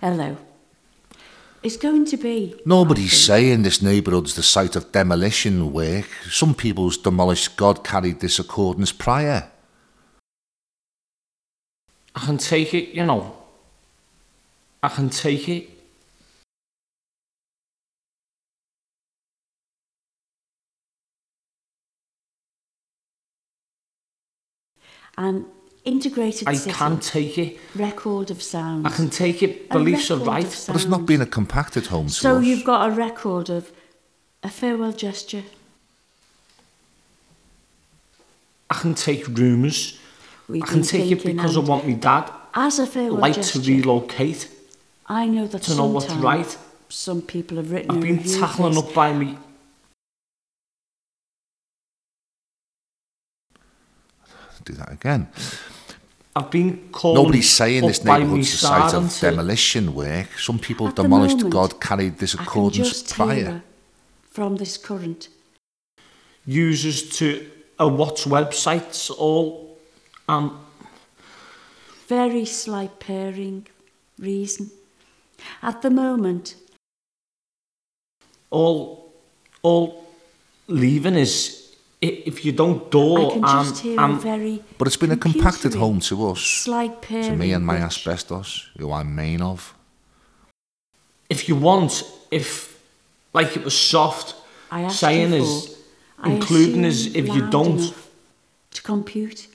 Hello. It's going to be. Nobody's saying this neighbourhood's the site of demolition work. Some people's demolished god carried this accordance prior. I can take it, you know. I can take it. An integrated I city. can take it. Record of sound. I can take it. A Beliefs are record of right. But it's not been a compacted home to So us. you've got a record of a farewell gesture. I can take rumours. We've I can been take it thinking because I and- want my dad As a farewell like to gesture. relocate. I know that to know what's sometimes right. Some people have written. I've and been reviewed tackling this. up by me. Do that again. I've been called. Nobody's saying up this by me neighbourhood's the site sergeant of to- demolition work. Some people At the demolished moment, god carried this I can accordance just prior. hear From this current. users to a what's websites all um very slight pairing reason. At the moment, all all leaving is i- if you don't door I can um, just hear a um very But it's been a compacted computery home to us, slight to pairing. me and my which- asbestos, who I'm main of. if you want if like it was soft I asked saying you is for, I including is assume if you loud don't- enough to compute.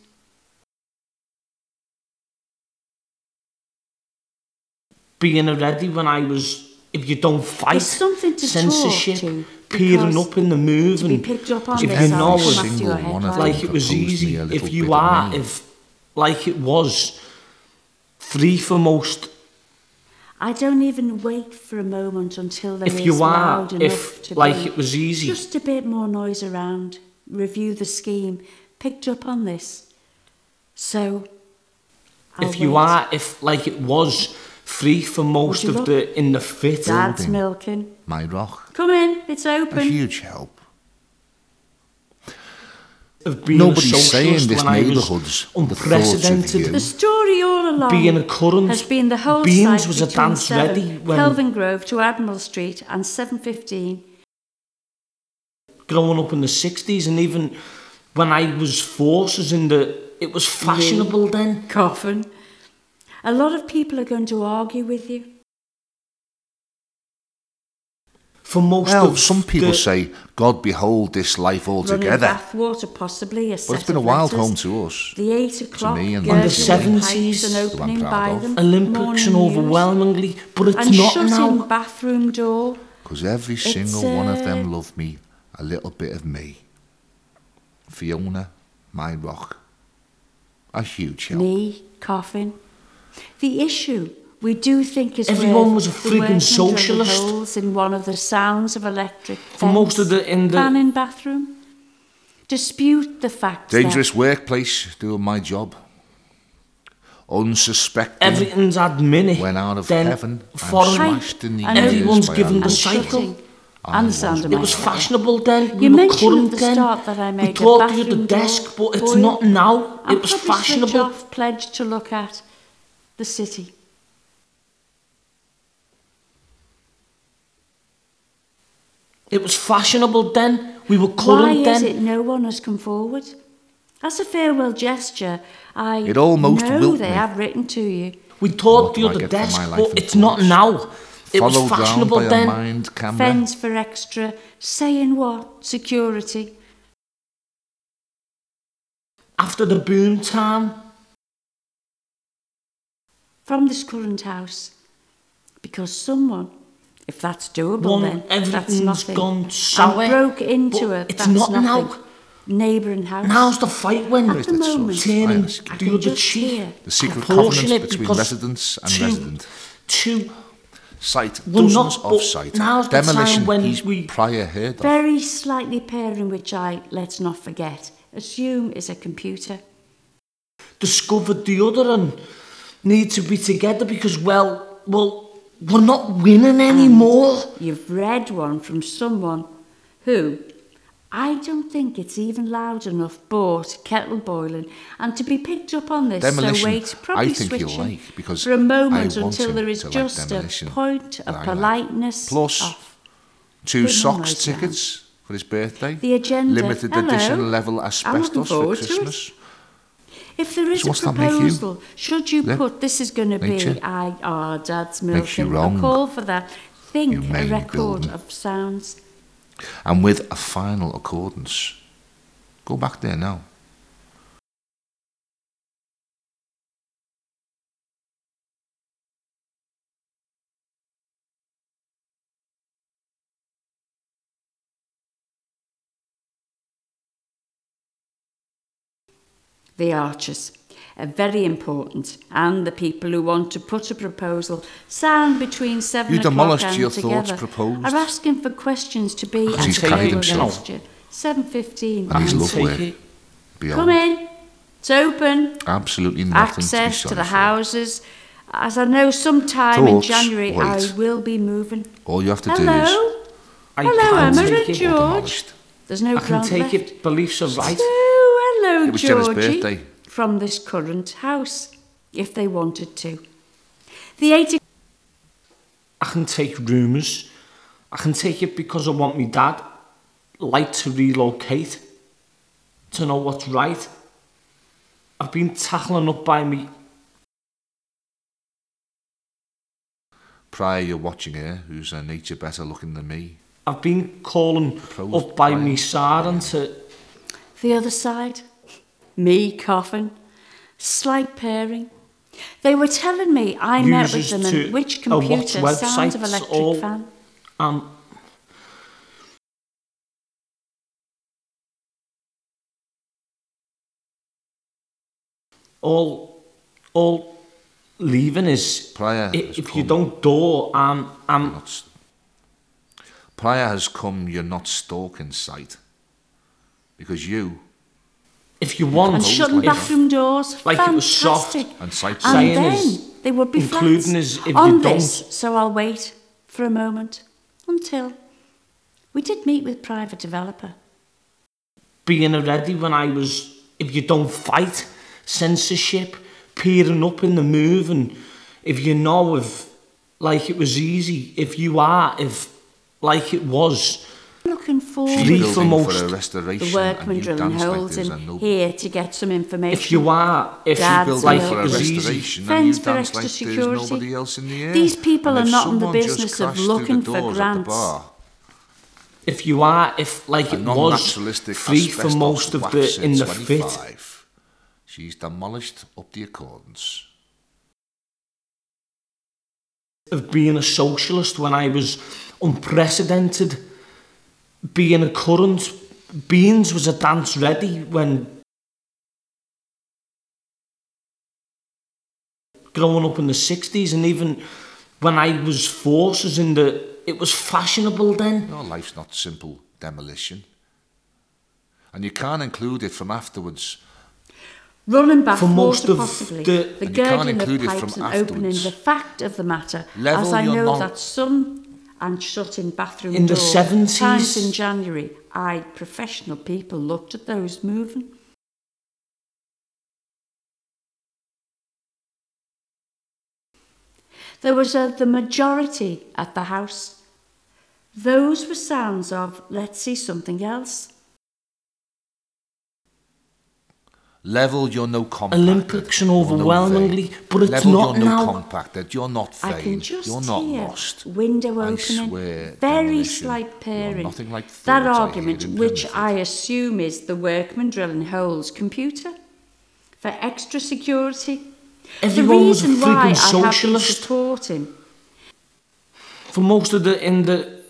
being already when I was if you don't fight There's something to censorship talk to, peering because up in the move to be and picked up on if this you I'll know come us, after your Single one of headline. them. like it was proposed me easy a little if you bit of are money. if like it was free for most I don't even wait for a moment until there is if you are loud enough if to like be it was easy just a bit more noise around. Review the scheme. Picked up on this. So, I'll if you wait. are if like it was free for most you of look? the in the fit Dad's building. milking. My rock. Come in, it's A open. huge help. of being Nobody's a socialist saying this when I was neighbourhood's the thoughts of unprecedented you. The story all along Being a current- has been the whole Beans site was a between dance 7 ready when- Kelvin Grove to Admiral Street and 7.15. growing up in the 60s and even when I was forces in the it was fashionable then Coffin. A lot of people are going to argue with you. for most Well, of some people the, say, God behold this life Running altogether. bathwater possibly. A But set it's been a of wild letters. home to us. The 8 o'clock. me and Gertrude my Pipes family. The and 70s, opening who by I'm proud of. them. Olympics and morning news, overwhelmingly but it's and not shut in now bathroom door. Because every single one of them uh, loved me, a little bit of me. Fiona, my rock. A huge help. knee, coffin. The issue we do think is Everyone where was a the friggin' working socialist. drilling holes in one of the sounds of electric for most of the in fan the in bathroom. Dispute the fact Dangerous workplace, doing my job. Unsuspecting. everything's ad minute When out of then heaven, I'm that foreign smashed. height smashed in the and ears Everyone's by given and the animals. cycle shutting and the sound of It was my- fashionable then. You we were mentioned at current the then. start that I we made a taught you at the bathroom desk, door but it's boy. not now. I'll it probably was switch fashionable. Off, pledged to look at the city. It was fashionable then. We were current Why then. is it no one has come forward? As a farewell gesture, I It almost know wilt they me. have written to you. We taught What you do I at the get for desk, my life but and it's not thoughts? now. It was Followed round fashionable by a then. mind camera. Fends for extra, saying what? Security. After the boom time, from this current house because someone, if that's doable, one then that's everything's nothing. gone sour. and broke into but it. It's that's not nothing. now. Neighbouring house. Now's the fight when At the moment, turning I the can other just cheek. hear The secret Proportionate covenant between because residents and two- resident. Two Site We're not- dozens but of site. now's the time Demolition when he's we- prior heard of. very slightly pairing, which I let's not forget. Assume is a computer. discovered the other and need to be together because well well we're not winning anymore You've read one from someone who I don't think it's even loud enough, but kettle boiling. And to be picked up on this, so Demolition, wait, probably I think you'll switching like, because for a moment I want until him there is to like just a Demolition point that I of like. politeness. Plus, off. Two Good socks memories, Dan. tickets for his birthday. The agenda. Limited Hello. edition level asbestos for forward to it. Christmas. If there is So what's a that make you? proposal, should you Yeah. put this is going to be Nature? I oh, dad's Makes you milking wrong. a call for that? You Think a main record building. of sounds. And with a final accordance. Go back there now. The archers are very important, and the people who want to put a proposal sound between seven You o'clock demolished and your together thoughts proposed. Are asking for questions to be he's answered carried over himself. question. Seven fifteen. And his I'll love take work. it. Beyond. Come in. It's open. Absolutely nothing Access to, to, be sorry the for. houses. As I know, sometime Thoughts, in January wait. I will be moving. All you have to do is Hello. I Hello, can Emma take and George. it. demolished. There's no I can ground take left. it. Beliefs are right. Oh, hello, It was Gemma's Georgie. birthday. From this current house, if they wanted to. The eight. o- I can take rumours. I can take it because I want my dad, like, to relocate, to know what's right. I've been tackling up by me. Prior, you're watching her, who's a nature better looking than me. I've been calling Proposed up by plan. me Sarah to. The other side. Me coughing. Slight pairing. They were telling me I met with Users them to- and which uh, what computer sounds of websites electric all- fan. Um, all, all leaving is Prior, i- has if you come- don't door, um, I'm, I'm, Not s- Prior has come, you're not stalking sight. Because you if you want, And Proposed shutting later. bathrough doors. Like it was soft Fantastic. and sight And Saying then is- they would be including flats is if you on don't- this, so I'll wait for a moment until we did meet with private developer. being already when I was, if you don't fight censorship, peering up in the move, and if you know if, like it was easy, if you are, if, like it was, Looking forward Lethal building most. for a The restoration the workmen and you drilling dance like holes there's in a no here to get some information. if you are, if Dad's building like will. for it a was easy. restoration and you Friends for dance like extra there's security. nobody else in the air. These people And are if not in the someone just business of crashed through the looking for doors at the grants. bar, if you are, if like a it was non-naturalistic free for asbestos most of wax the in the since fit, 25. She's demolished up the accordance. of being a socialist when I was unprecedented, being a current, Beans was a dance ready when growing up in the 60s and even when I was forces in the, it was fashionable then. Your life's not simple demolition. And you can't include it from afterwards. Running back For most water of possibly, the- the And you can't girdling include of it from pipes and opening afterwards. the fact of the matter, Level as I your know non- that some and shutting bathroom In the doors, 70s. times in January, I, professional people, looked at those moving. There was a, the majority at the house. Those were sounds of, let's see something else. Level, you're no compacted. Olympics and You're no overwhelmingly, vain. but it's Level, not you're now. no compacted. You're not vain. I can just you're not hear lost. window I opening, swear, very demolition, slight You're pairing. nothing like That thoughts I hear argument, in which Plymouth. I assume is the workman drilling holes computer for extra security. Everyone the was a reason why freaking I have been socialist. supporting for most of the in the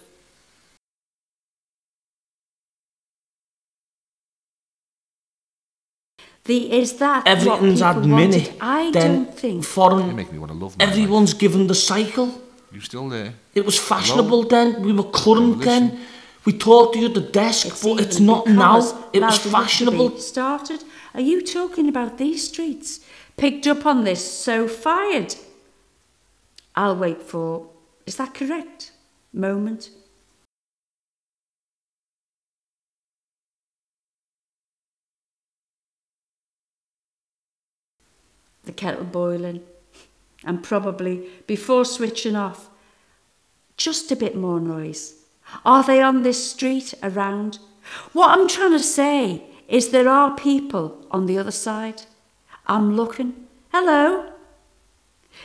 the is that everything's what ad people minute. wanted. I then don't think You foreign. make me want to love my life. Everyone's given the cycle. You still there? It was fashionable then. We were current then. We talked to the desk, it's but it's even not become now. as It loud as was it used to be fashionable. Started. Are you talking about these streets? Picked up on this, so fired. I'll wait for. Is that correct? Moment. the kettle boiling, and probably before switching off, just a bit more noise. Are they on this street around? What I'm trying to say is there are people on the other side. I'm looking. Hello,